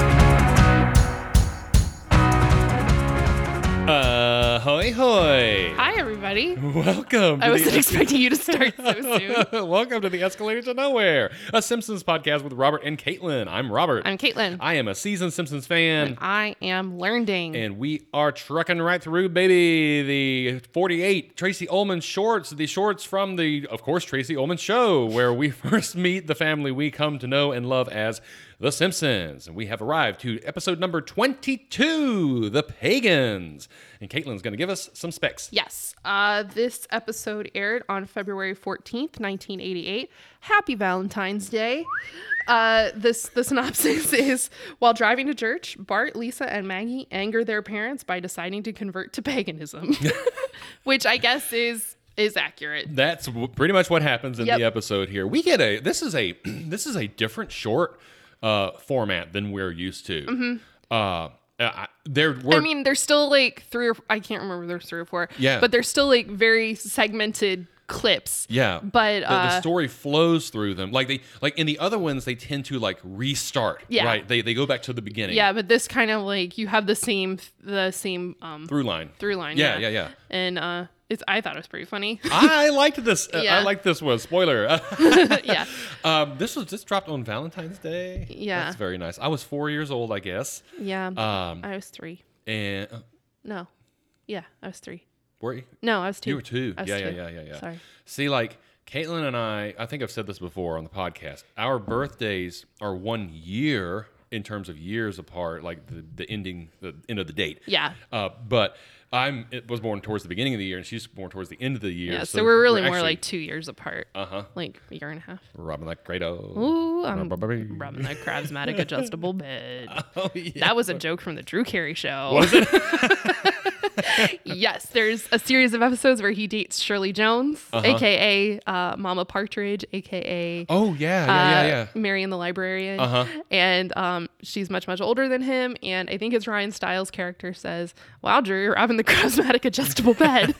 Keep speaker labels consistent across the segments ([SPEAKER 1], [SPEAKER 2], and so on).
[SPEAKER 1] Hey Uh, hoy!
[SPEAKER 2] Hi, everybody.
[SPEAKER 1] Welcome. to
[SPEAKER 2] I
[SPEAKER 1] the
[SPEAKER 2] wasn't
[SPEAKER 1] Esca-
[SPEAKER 2] expecting you to start so soon.
[SPEAKER 1] Welcome to the Escalator to Nowhere, a Simpsons podcast with Robert and Caitlin. I'm Robert.
[SPEAKER 2] I'm Caitlin.
[SPEAKER 1] I am a seasoned Simpsons fan,
[SPEAKER 2] and I am learning.
[SPEAKER 1] and we are trucking right through, baby. The 48 Tracy Ullman shorts, the shorts from the, of course, Tracy Ullman show, where we first meet the family we come to know and love as The Simpsons. And we have arrived to episode number 22, The Pagans. And Caitlin's going to give us some specs.
[SPEAKER 2] yes, uh, this episode aired on February 14th, 1988. Happy Valentine's Day. Uh, this the synopsis is while driving to church, Bart, Lisa, and Maggie anger their parents by deciding to convert to paganism, which I guess is is accurate.
[SPEAKER 1] That's w- pretty much what happens in
[SPEAKER 2] Yep.
[SPEAKER 1] the episode here. We get a this is a this is a different short uh, format than we're used to. Uh, I- I, there were
[SPEAKER 2] I Mm-hmm. mean, they're still like three or I can't remember. There's three or four.
[SPEAKER 1] Yeah.
[SPEAKER 2] But they're still like very segmented clips.
[SPEAKER 1] yeah,
[SPEAKER 2] But
[SPEAKER 1] the, the
[SPEAKER 2] uh,
[SPEAKER 1] story flows through them. Like they like in the other ones, they tend to like restart.
[SPEAKER 2] Yeah.
[SPEAKER 1] right. They they go back to the beginning.
[SPEAKER 2] yeah, but this kind of like you have the same the same um
[SPEAKER 1] through line.
[SPEAKER 2] through line.
[SPEAKER 1] Yeah, yeah, yeah.
[SPEAKER 2] And uh, it's I thought it was pretty funny.
[SPEAKER 1] I liked this. uh,
[SPEAKER 2] Yeah.
[SPEAKER 1] I liked this one. Spoiler.
[SPEAKER 2] yeah.
[SPEAKER 1] um, this was just dropped on Valentine's Day.
[SPEAKER 2] Yeah.
[SPEAKER 1] that's very nice. I was four years old, I guess.
[SPEAKER 2] Yeah.
[SPEAKER 1] Um,
[SPEAKER 2] I was three.
[SPEAKER 1] and uh,
[SPEAKER 2] No. Yeah, I was three.
[SPEAKER 1] were you?
[SPEAKER 2] No, I was two.
[SPEAKER 1] You were two.
[SPEAKER 2] I was
[SPEAKER 1] Yeah, yeah,
[SPEAKER 2] two.
[SPEAKER 1] yeah, yeah, yeah.
[SPEAKER 2] Sorry.
[SPEAKER 1] See, like Caitlin and I, I think I've said this before on the podcast. Our birthdays are one year in terms of years apart, like the, the ending, the end of the date.
[SPEAKER 2] Yeah.
[SPEAKER 1] Uh, but I'm it was born towards the beginning of the year, and she's born towards the end of the year.
[SPEAKER 2] Yeah. So, we're really more
[SPEAKER 1] actually-
[SPEAKER 2] like two years apart.
[SPEAKER 1] uh huh,
[SPEAKER 2] like a year and a half.
[SPEAKER 1] Robin like Grado.
[SPEAKER 2] Ooh, I'm
[SPEAKER 1] Ba-ba-ba-bee.
[SPEAKER 2] rubbing that Crabsmatic adjustable bed.
[SPEAKER 1] Oh yeah.
[SPEAKER 2] That was a joke from the Drew Carey show. Was it? yes, there's a series of episodes where he dates Shirley Jones,
[SPEAKER 1] Uh-huh.
[SPEAKER 2] aka uh, Mama Partridge, aka
[SPEAKER 1] Oh yeah, yeah,
[SPEAKER 2] uh,
[SPEAKER 1] yeah, yeah.
[SPEAKER 2] Mary and the Librarian.
[SPEAKER 1] Uh-huh.
[SPEAKER 2] And um, she's much, much older than him. And I think it's Ryan Stiles' character says, Wow, Drew, you're having the Crabsmatic adjustable bed.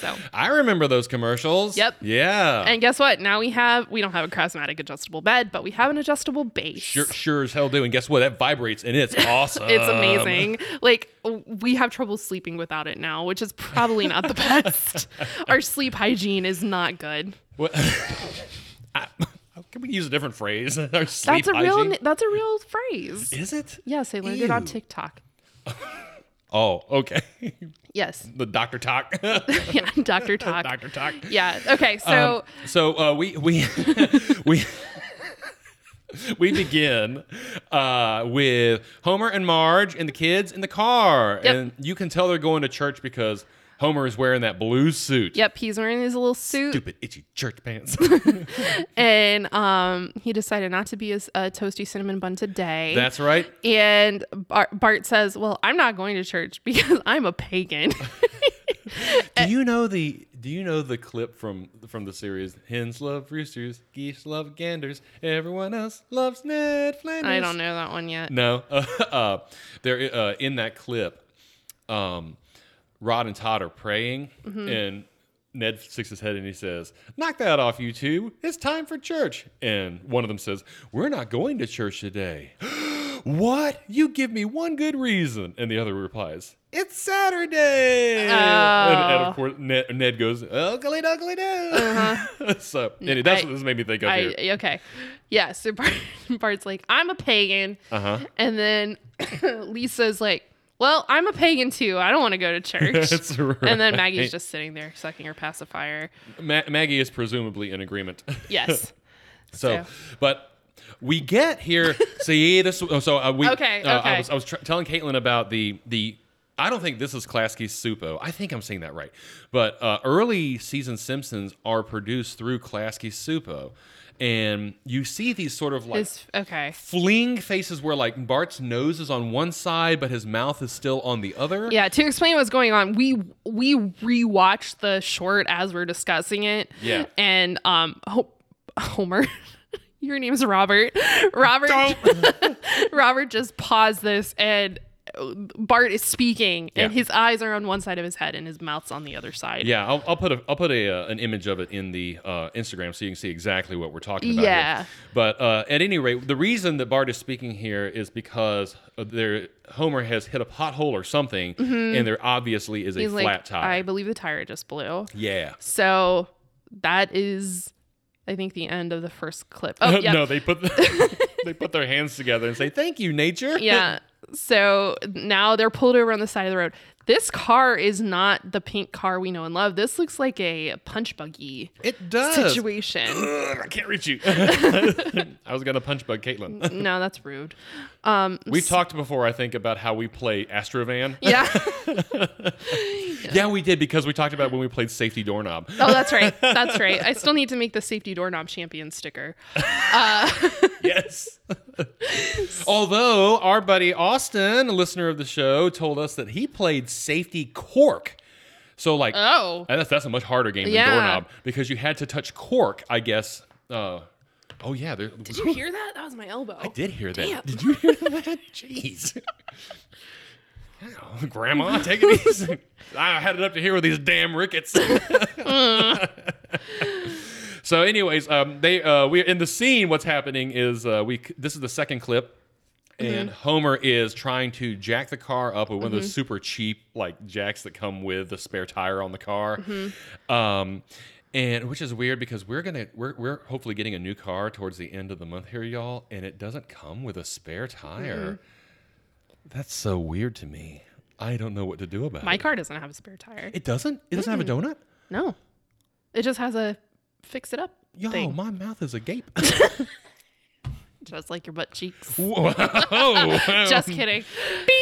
[SPEAKER 2] so,
[SPEAKER 1] I remember those commercials.
[SPEAKER 2] Yep.
[SPEAKER 1] Yeah.
[SPEAKER 2] and guess what? Now we have, we don't have a Crabsmatic adjustable bed, but we have an adjustable base.
[SPEAKER 1] sure, Um. sure as hell do. And guess what? That vibrates, and it's awesome.
[SPEAKER 2] It's amazing. Like w- we have trouble sleeping without it now, which is probably not the best. Our sleep hygiene is not good.
[SPEAKER 1] What? I, can we use a different phrase? Our sleep
[SPEAKER 2] That's a real.
[SPEAKER 1] hygiene?
[SPEAKER 2] n- That's a real phrase.
[SPEAKER 1] Is it?
[SPEAKER 2] Yes, I learned it on
[SPEAKER 1] Ew.
[SPEAKER 2] TikTok.
[SPEAKER 1] Oh, okay.
[SPEAKER 2] Yes,
[SPEAKER 1] the doctor talk.
[SPEAKER 2] yeah, Doctor Talk.
[SPEAKER 1] doctor talk.
[SPEAKER 2] Yeah. Okay. So
[SPEAKER 1] Um, so uh, we we we. We begin uh, with Homer and Marge and the kids in the car,
[SPEAKER 2] Yep.
[SPEAKER 1] and you can tell they're going to church because Homer is wearing that blue suit,
[SPEAKER 2] yep, he's wearing his little suit,
[SPEAKER 1] stupid itchy church pants.
[SPEAKER 2] and um, he decided not to be a, s- a toasty cinnamon bun today.
[SPEAKER 1] That's right.
[SPEAKER 2] and Bar- Bart says, "Well, I'm not going to church because I'm a pagan." Uh,
[SPEAKER 1] Do you know the Do you know the clip from from the series? Hens love roosters, geese love ganders, everyone else loves Ned Flanders.
[SPEAKER 2] I don't know that one yet.
[SPEAKER 1] No, uh, there uh, in that clip, um, Rod and Todd are praying,
[SPEAKER 2] Mm-hmm.
[SPEAKER 1] and Ned sticks his head in and he says, "Knock that off, you two! It's time for church." And one of them says, "We're not going to church today." what? You give me one good reason, and the other replies. It's Saturday, and, and
[SPEAKER 2] Oh.
[SPEAKER 1] of course Ned, Ned goes ugly, ugly, no. so anyway, that's
[SPEAKER 2] Uh-huh. I-
[SPEAKER 1] what this made me think of
[SPEAKER 2] I,
[SPEAKER 1] here.
[SPEAKER 2] okay. Yeah. So Bart, Bart's like, I'm a pagan.
[SPEAKER 1] Uh-huh.
[SPEAKER 2] And then Lisa's like, well, I'm a pagan too. I don't want to go to church.
[SPEAKER 1] That's right.
[SPEAKER 2] and then Maggie's just sitting there sucking her pacifier.
[SPEAKER 1] Ma- Maggie is presumably in agreement.
[SPEAKER 2] Yes.
[SPEAKER 1] So,
[SPEAKER 2] So-
[SPEAKER 1] but we get here. see this. oh, So uh, we.
[SPEAKER 2] Okay,
[SPEAKER 1] uh, I
[SPEAKER 2] okay.
[SPEAKER 1] was, I was tr- telling Caitlin about the the. I don't think this is Klasky Supo. I think I'm saying that right. But uh, early season Simpsons are produced through Klasky Supo, and you see these sort of like
[SPEAKER 2] It's, okay.
[SPEAKER 1] fleeing faces where like Bart's nose is on one side, but his mouth is still on the other.
[SPEAKER 2] Yeah, to explain what's going on, we we rewatched the short as we're discussing it.
[SPEAKER 1] Yeah.
[SPEAKER 2] And um Ho- Homer your name's Robert. Robert
[SPEAKER 1] Don't-
[SPEAKER 2] Robert just paused this and uh, Bart is speaking, and
[SPEAKER 1] Yeah.
[SPEAKER 2] his eyes are on one side of his head, and his mouth's on the other side.
[SPEAKER 1] Yeah, I'll, I'll put a I'll put a uh, an image of it in the uh, Instagram so you can see exactly what we're talking about. here.
[SPEAKER 2] Yeah.
[SPEAKER 1] But uh, at any rate, the reason that Bart is speaking here is because uh, there Homer has hit a pothole or something, and there obviously is a
[SPEAKER 2] Mm-hmm. He's
[SPEAKER 1] flat
[SPEAKER 2] like,
[SPEAKER 1] tire.
[SPEAKER 2] I believe the tire just blew.
[SPEAKER 1] yeah.
[SPEAKER 2] So that is, I think, the end of the first clip. Oh, yeah.
[SPEAKER 1] no, they put the, they put their hands together and say, "Thank you, nature."
[SPEAKER 2] yeah. So now they're pulled over on the side of the road. This car is not the pink car we know and love. This looks like a punch buggy
[SPEAKER 1] it does.
[SPEAKER 2] situation.
[SPEAKER 1] Ugh, I can't reach you. I was gonna punch bug Caitlin.
[SPEAKER 2] no, that's rude.
[SPEAKER 1] We've talked before, I think, about how we play Astrovan.
[SPEAKER 2] Yeah.
[SPEAKER 1] Yeah, we did because we talked about when we played Safety Doorknob.
[SPEAKER 2] Oh, that's right. That's right. I still need to make the safety doorknob champion sticker.
[SPEAKER 1] yes. Although our buddy Austin, a listener of the show, told us that he played Safety Cork. So like,
[SPEAKER 2] Oh.
[SPEAKER 1] and that's that's a much harder game than
[SPEAKER 2] Yeah.
[SPEAKER 1] Doorknob because you had to touch cork, I guess. Uh, oh yeah, there,
[SPEAKER 2] Did you hear that? That was my elbow. I
[SPEAKER 1] did hear that.
[SPEAKER 2] Damn.
[SPEAKER 1] Did you hear that? Jeez. Ow, Grandma, take it easy. I had it up to here with these damn rickets. so, anyways, um, they uh, we in the scene. What's happening is uh, we c- this is the second clip,
[SPEAKER 2] Mm-hmm.
[SPEAKER 1] and Homer is trying to jack the car up with one of those super cheap like jacks that come with the spare tire on the car.
[SPEAKER 2] Mm-hmm.
[SPEAKER 1] Um, and which is weird because we're gonna we're, we're hopefully getting a new car towards the end of the month here, y'all, and it doesn't come with a spare tire.
[SPEAKER 2] Mm-hmm.
[SPEAKER 1] That's so weird to me. I don't know what to do about
[SPEAKER 2] My
[SPEAKER 1] it.
[SPEAKER 2] car doesn't have a spare tire.
[SPEAKER 1] It doesn't. It doesn't have
[SPEAKER 2] Mm-hmm.
[SPEAKER 1] a donut.
[SPEAKER 2] no. It just has a fix it up
[SPEAKER 1] Yo,
[SPEAKER 2] thing.
[SPEAKER 1] my mouth is agape.
[SPEAKER 2] Just like your butt cheeks.
[SPEAKER 1] Whoa!
[SPEAKER 2] Just kidding.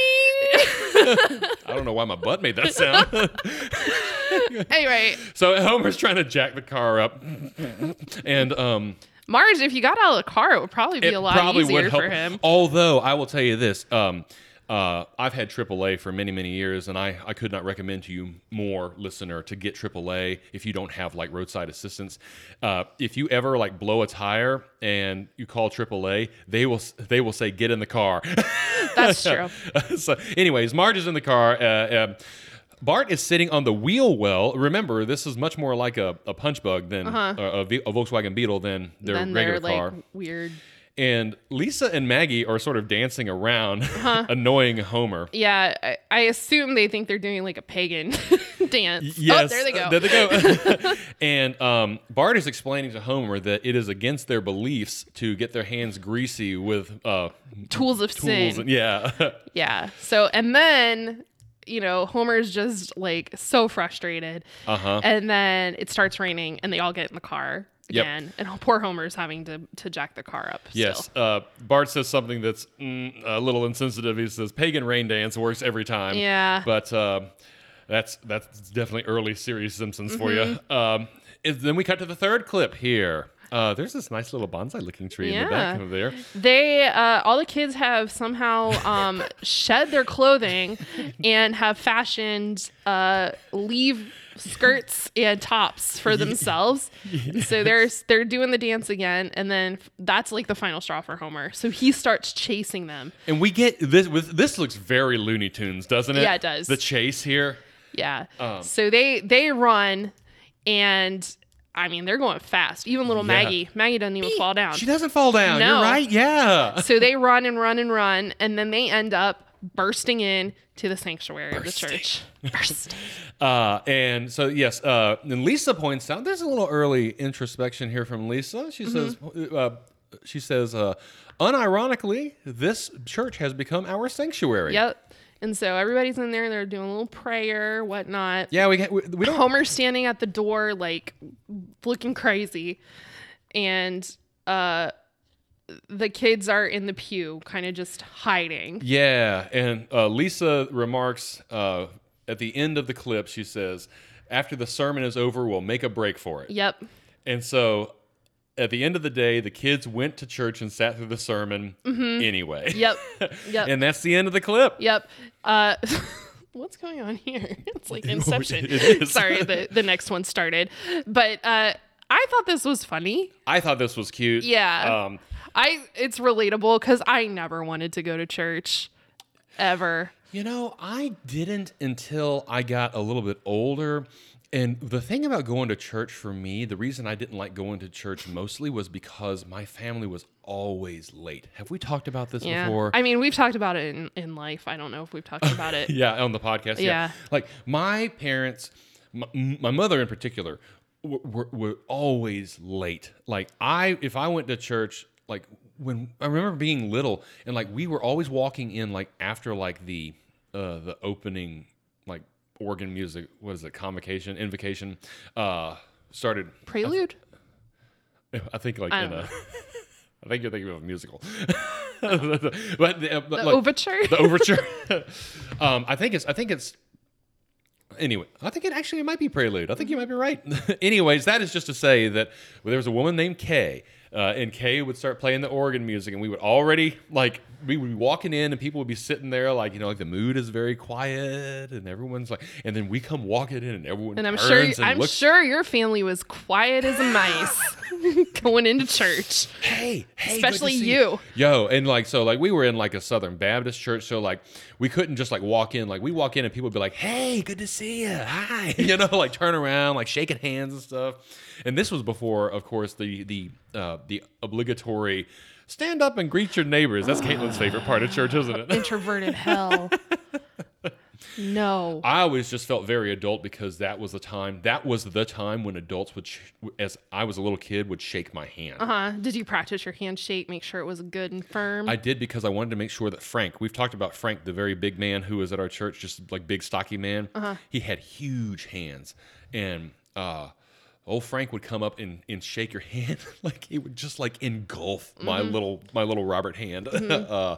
[SPEAKER 1] I don't know why my butt made that sound.
[SPEAKER 2] Anyway,
[SPEAKER 1] so Homer's trying to jack the car up, and um,
[SPEAKER 2] Marge, if you got out of the car, it would probably be
[SPEAKER 1] it
[SPEAKER 2] a lot
[SPEAKER 1] probably
[SPEAKER 2] easier
[SPEAKER 1] would help.
[SPEAKER 2] for him.
[SPEAKER 1] Although I will tell you this, um, uh, I've had AAA for many many years, and I I could not recommend to you more listener to get AAA if you don't have like roadside assistance. Uh, if you ever like blow a tire and you call AAA, they will s- they will say get in the car.
[SPEAKER 2] That's true.
[SPEAKER 1] so, anyways, Marge is in the car. Uh, um, Bart is sitting on the wheel well. Remember, this is much more like a, a punch bug than uh, a, V- a Volkswagen Beetle than their
[SPEAKER 2] then
[SPEAKER 1] regular
[SPEAKER 2] they're Uh-huh. like
[SPEAKER 1] car.
[SPEAKER 2] weird.
[SPEAKER 1] And Lisa and Maggie are sort of dancing around,
[SPEAKER 2] Uh-huh.
[SPEAKER 1] annoying Homer.
[SPEAKER 2] Yeah, I, I assume they think they're doing like a pagan dance.
[SPEAKER 1] Yes,
[SPEAKER 2] oh, there they go.
[SPEAKER 1] uh, There they go. and um, Bart is explaining to Homer that it is against their beliefs to get their hands greasy with uh,
[SPEAKER 2] Tools of
[SPEAKER 1] tools.
[SPEAKER 2] sin.
[SPEAKER 1] And, yeah.
[SPEAKER 2] Yeah. So and then you know Homer's just like so frustrated,
[SPEAKER 1] uh huh.
[SPEAKER 2] and then it starts raining, and they all get in the car
[SPEAKER 1] Yep.
[SPEAKER 2] again, and poor Homer's having to to jack the car up.
[SPEAKER 1] Yes.
[SPEAKER 2] Still.
[SPEAKER 1] Uh, Bart says something that's mm, a little insensitive. He says, "Pagan rain dance works every time."
[SPEAKER 2] Yeah.
[SPEAKER 1] But uh, that's that's definitely early series Simpsons for
[SPEAKER 2] Mm-hmm.
[SPEAKER 1] you. Um, is- then we cut to the third clip here. Uh, there's this nice little bonsai looking tree in the back
[SPEAKER 2] Yeah.
[SPEAKER 1] over there.
[SPEAKER 2] They uh, all the kids have somehow um, shed their clothing and have fashioned uh, leave skirts and tops for themselves. So they're they're doing the dance again, and then f- that's like the final straw for Homer. So he starts chasing them.
[SPEAKER 1] And we get this. With, this looks very Looney Tunes, doesn't it?
[SPEAKER 2] Yeah, it does.
[SPEAKER 1] The chase here.
[SPEAKER 2] Yeah. so they they run, and I mean they're going fast. Even little
[SPEAKER 1] Yeah.
[SPEAKER 2] Maggie, Maggie doesn't even fall down.
[SPEAKER 1] She doesn't fall down.
[SPEAKER 2] No.
[SPEAKER 1] You're right. Yeah.
[SPEAKER 2] so they run and run and run, and then they end up bursting in to the sanctuary of the
[SPEAKER 1] Bursting.
[SPEAKER 2] church. Bursting.
[SPEAKER 1] Uh, and so yes, uh, and Lisa points out there's a little early introspection here from Lisa.
[SPEAKER 2] Mm-hmm.
[SPEAKER 1] She says, uh, she says, uh, unironically, this church has become our sanctuary.
[SPEAKER 2] yep. And so everybody's in there. They're doing a little prayer, whatnot.
[SPEAKER 1] Yeah, we get, we, we don't.
[SPEAKER 2] Homer's standing at the door, like looking crazy, and uh, the kids are in the pew, kind of just hiding.
[SPEAKER 1] Yeah, and uh, Lisa remarks uh, at the end of the clip. She says, after the sermon is over, we'll make a break for it.
[SPEAKER 2] Yep.
[SPEAKER 1] And so. At the end of the day, the kids went to church and sat through the sermon anyway.
[SPEAKER 2] Mm-hmm. Yep. Yep.
[SPEAKER 1] And that's the end of the clip.
[SPEAKER 2] Yep. Uh, what's going on here? It's like Inception.
[SPEAKER 1] It is.
[SPEAKER 2] Sorry, the, the next one started. But uh, I thought this was funny.
[SPEAKER 1] I thought this was cute.
[SPEAKER 2] Yeah.
[SPEAKER 1] Um,
[SPEAKER 2] I it's relatable because I never wanted to go to church ever.
[SPEAKER 1] You know, I didn't until I got a little bit older. And the thing about going to church for me, the reason I didn't like going to church mostly was because my family was always late. Have we talked about this
[SPEAKER 2] Yeah.
[SPEAKER 1] before?
[SPEAKER 2] I mean, we've talked about it in, in life. I don't know if we've talked about it.
[SPEAKER 1] yeah, on the podcast. Yeah.
[SPEAKER 2] Yeah.
[SPEAKER 1] Like my parents, my, my mother in particular, w- were, were always late. Like I, if I went to church, like when I remember being little, and like we were always walking in like after like the uh, the opening like organ music. What is it? Convocation, invocation. Uh, started.
[SPEAKER 2] Prelude?
[SPEAKER 1] I think like in
[SPEAKER 2] don't
[SPEAKER 1] a. I think you're thinking of a musical, but the,
[SPEAKER 2] The
[SPEAKER 1] like,
[SPEAKER 2] overture?
[SPEAKER 1] the overture. um, I think it's. I think it's. Anyway, I think it actually it might be Prelude. I think you might be right. Anyways, that is just to say that there was a woman named Kay, uh, and Kay would start playing the organ music, and we would already like we would be walking in, and people would be sitting there like you know like the mood is very quiet, and everyone's like, and then we come walking in, and everyone
[SPEAKER 2] and I'm
[SPEAKER 1] turns
[SPEAKER 2] sure
[SPEAKER 1] and
[SPEAKER 2] I'm
[SPEAKER 1] looks
[SPEAKER 2] sure your family was quiet as a mice going into church.
[SPEAKER 1] hey, hey, good to
[SPEAKER 2] Especially
[SPEAKER 1] see
[SPEAKER 2] you.
[SPEAKER 1] Yo, and like so like we were in like a Southern Baptist church, so like we couldn't just like walk in. Like we walk in and people would be like, "Hey, good to see you. Hi." You know, like turn around, like shaking hands and stuff. And this was before, of course, the the uh, the obligatory stand up and greet your neighbors. That's Caitlin's favorite part of church, isn't it?
[SPEAKER 2] Introverted hell. No.
[SPEAKER 1] I always just felt very adult because that was the time. That was the time when adults would, sh- as I was a little kid, would shake my hand.
[SPEAKER 2] Uh-huh. Did you practice your handshake? Make sure it was good and firm.
[SPEAKER 1] I did because I wanted to make sure that Frank, we've talked about Frank, the very big man who was at our church, just like big stocky man. He had huge hands. And uh old Frank would come up and, and shake your hand. like he would just like engulf my little my little Robert hand. uh,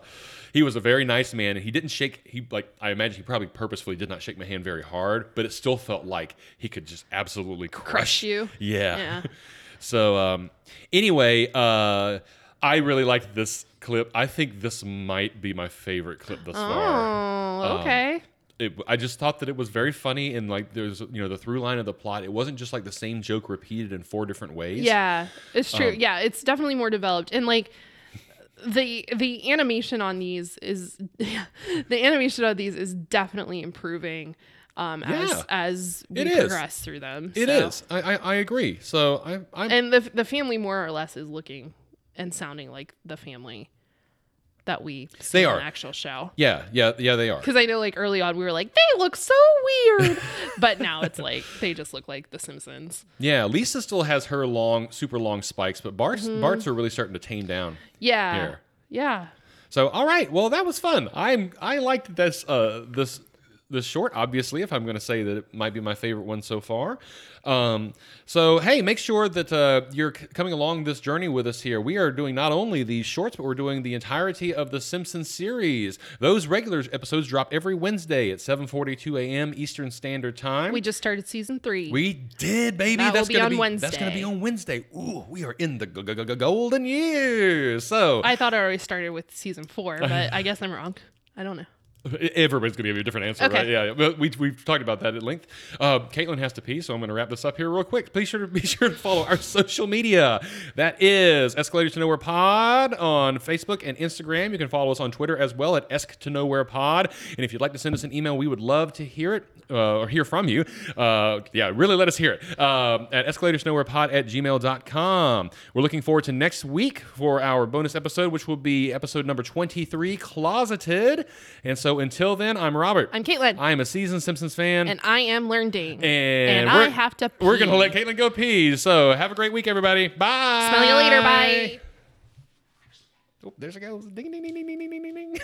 [SPEAKER 1] he was a very nice man and he didn't shake he like I imagine he probably purposefully did not shake my hand very hard, but it still felt like he could just absolutely crush,
[SPEAKER 2] Crush you.
[SPEAKER 1] Yeah.
[SPEAKER 2] Yeah.
[SPEAKER 1] So um, anyway, uh, I really liked this clip. I think this might be my favorite clip thus far. Um,
[SPEAKER 2] Oh, okay.
[SPEAKER 1] It, I just thought that it was very funny and like there's you know the through line of the plot. It wasn't just like the same joke repeated in four different ways.
[SPEAKER 2] Yeah, it's true.
[SPEAKER 1] Um,
[SPEAKER 2] yeah, it's definitely more developed, and like the the animation on these is the animation on these is definitely improving um, as
[SPEAKER 1] Yeah.
[SPEAKER 2] as we
[SPEAKER 1] It is.
[SPEAKER 2] progress through them.
[SPEAKER 1] it
[SPEAKER 2] so.
[SPEAKER 1] is. I, I I agree. So I I'm
[SPEAKER 2] and the the family more or less is looking and sounding like the family that we see
[SPEAKER 1] They
[SPEAKER 2] in
[SPEAKER 1] are.
[SPEAKER 2] the actual show.
[SPEAKER 1] yeah yeah yeah they are.
[SPEAKER 2] Because I know, like early on, we were like, they look so weird, but now it's like they just look like The Simpsons.
[SPEAKER 1] Yeah, Lisa still has her long super long spikes, but Bart's
[SPEAKER 2] Mm-hmm.
[SPEAKER 1] Bart's are really starting to tame down.
[SPEAKER 2] Yeah,
[SPEAKER 1] Here.
[SPEAKER 2] yeah.
[SPEAKER 1] So all right, well that was fun. I'm I liked this uh this this short obviously if I'm going to say that it might be my favorite one so far. Um so hey, make sure that uh you're c- coming along this journey with us here. We are doing not only these shorts but we're doing the entirety of the Simpsons series. Those regular episodes drop every Wednesday at 7:42 a.m. Eastern Standard Time.
[SPEAKER 2] We just started season three.
[SPEAKER 1] We did, baby.
[SPEAKER 2] That will
[SPEAKER 1] that's
[SPEAKER 2] be
[SPEAKER 1] gonna
[SPEAKER 2] on
[SPEAKER 1] be That's
[SPEAKER 2] Wednesday.
[SPEAKER 1] going to be on Wednesday. Ooh, we are in the g- g- g- golden years. So
[SPEAKER 2] I thought I already started with season four, but I guess I'm wrong. I don't know.
[SPEAKER 1] Everybody's gonna give you a different answer,
[SPEAKER 2] Okay.
[SPEAKER 1] right? Yeah, yeah. But we we've talked about that at length. Uh, Caitlin has to pee, so I'm gonna wrap this up here real quick. Please sure to be sure to follow our social media. That is Escalator to Nowhere Pod on Facebook and Instagram. You can follow us on Twitter as well at Esc to Nowhere Pod. And if you'd like to send us an email, we would love to hear it uh, or hear from you. Uh, yeah, really let us hear it um, at Escalator to Nowhere Pod at gmail.com. We're looking forward to next week for our bonus episode, which will be episode number 23, Closeted. And so until then, I'm Robert.
[SPEAKER 2] I'm Caitlin.
[SPEAKER 1] I am a seasoned Simpsons fan.
[SPEAKER 2] and I am learning.
[SPEAKER 1] and
[SPEAKER 2] I
[SPEAKER 1] we're-
[SPEAKER 2] have to
[SPEAKER 1] We're going to
[SPEAKER 2] pee.
[SPEAKER 1] let Caitlin go pee. So have a great week, everybody. Bye.
[SPEAKER 2] Smell you later. Bye.
[SPEAKER 1] Oh, there she goes. Ding, ding, ding, ding, ding, ding, ding, ding.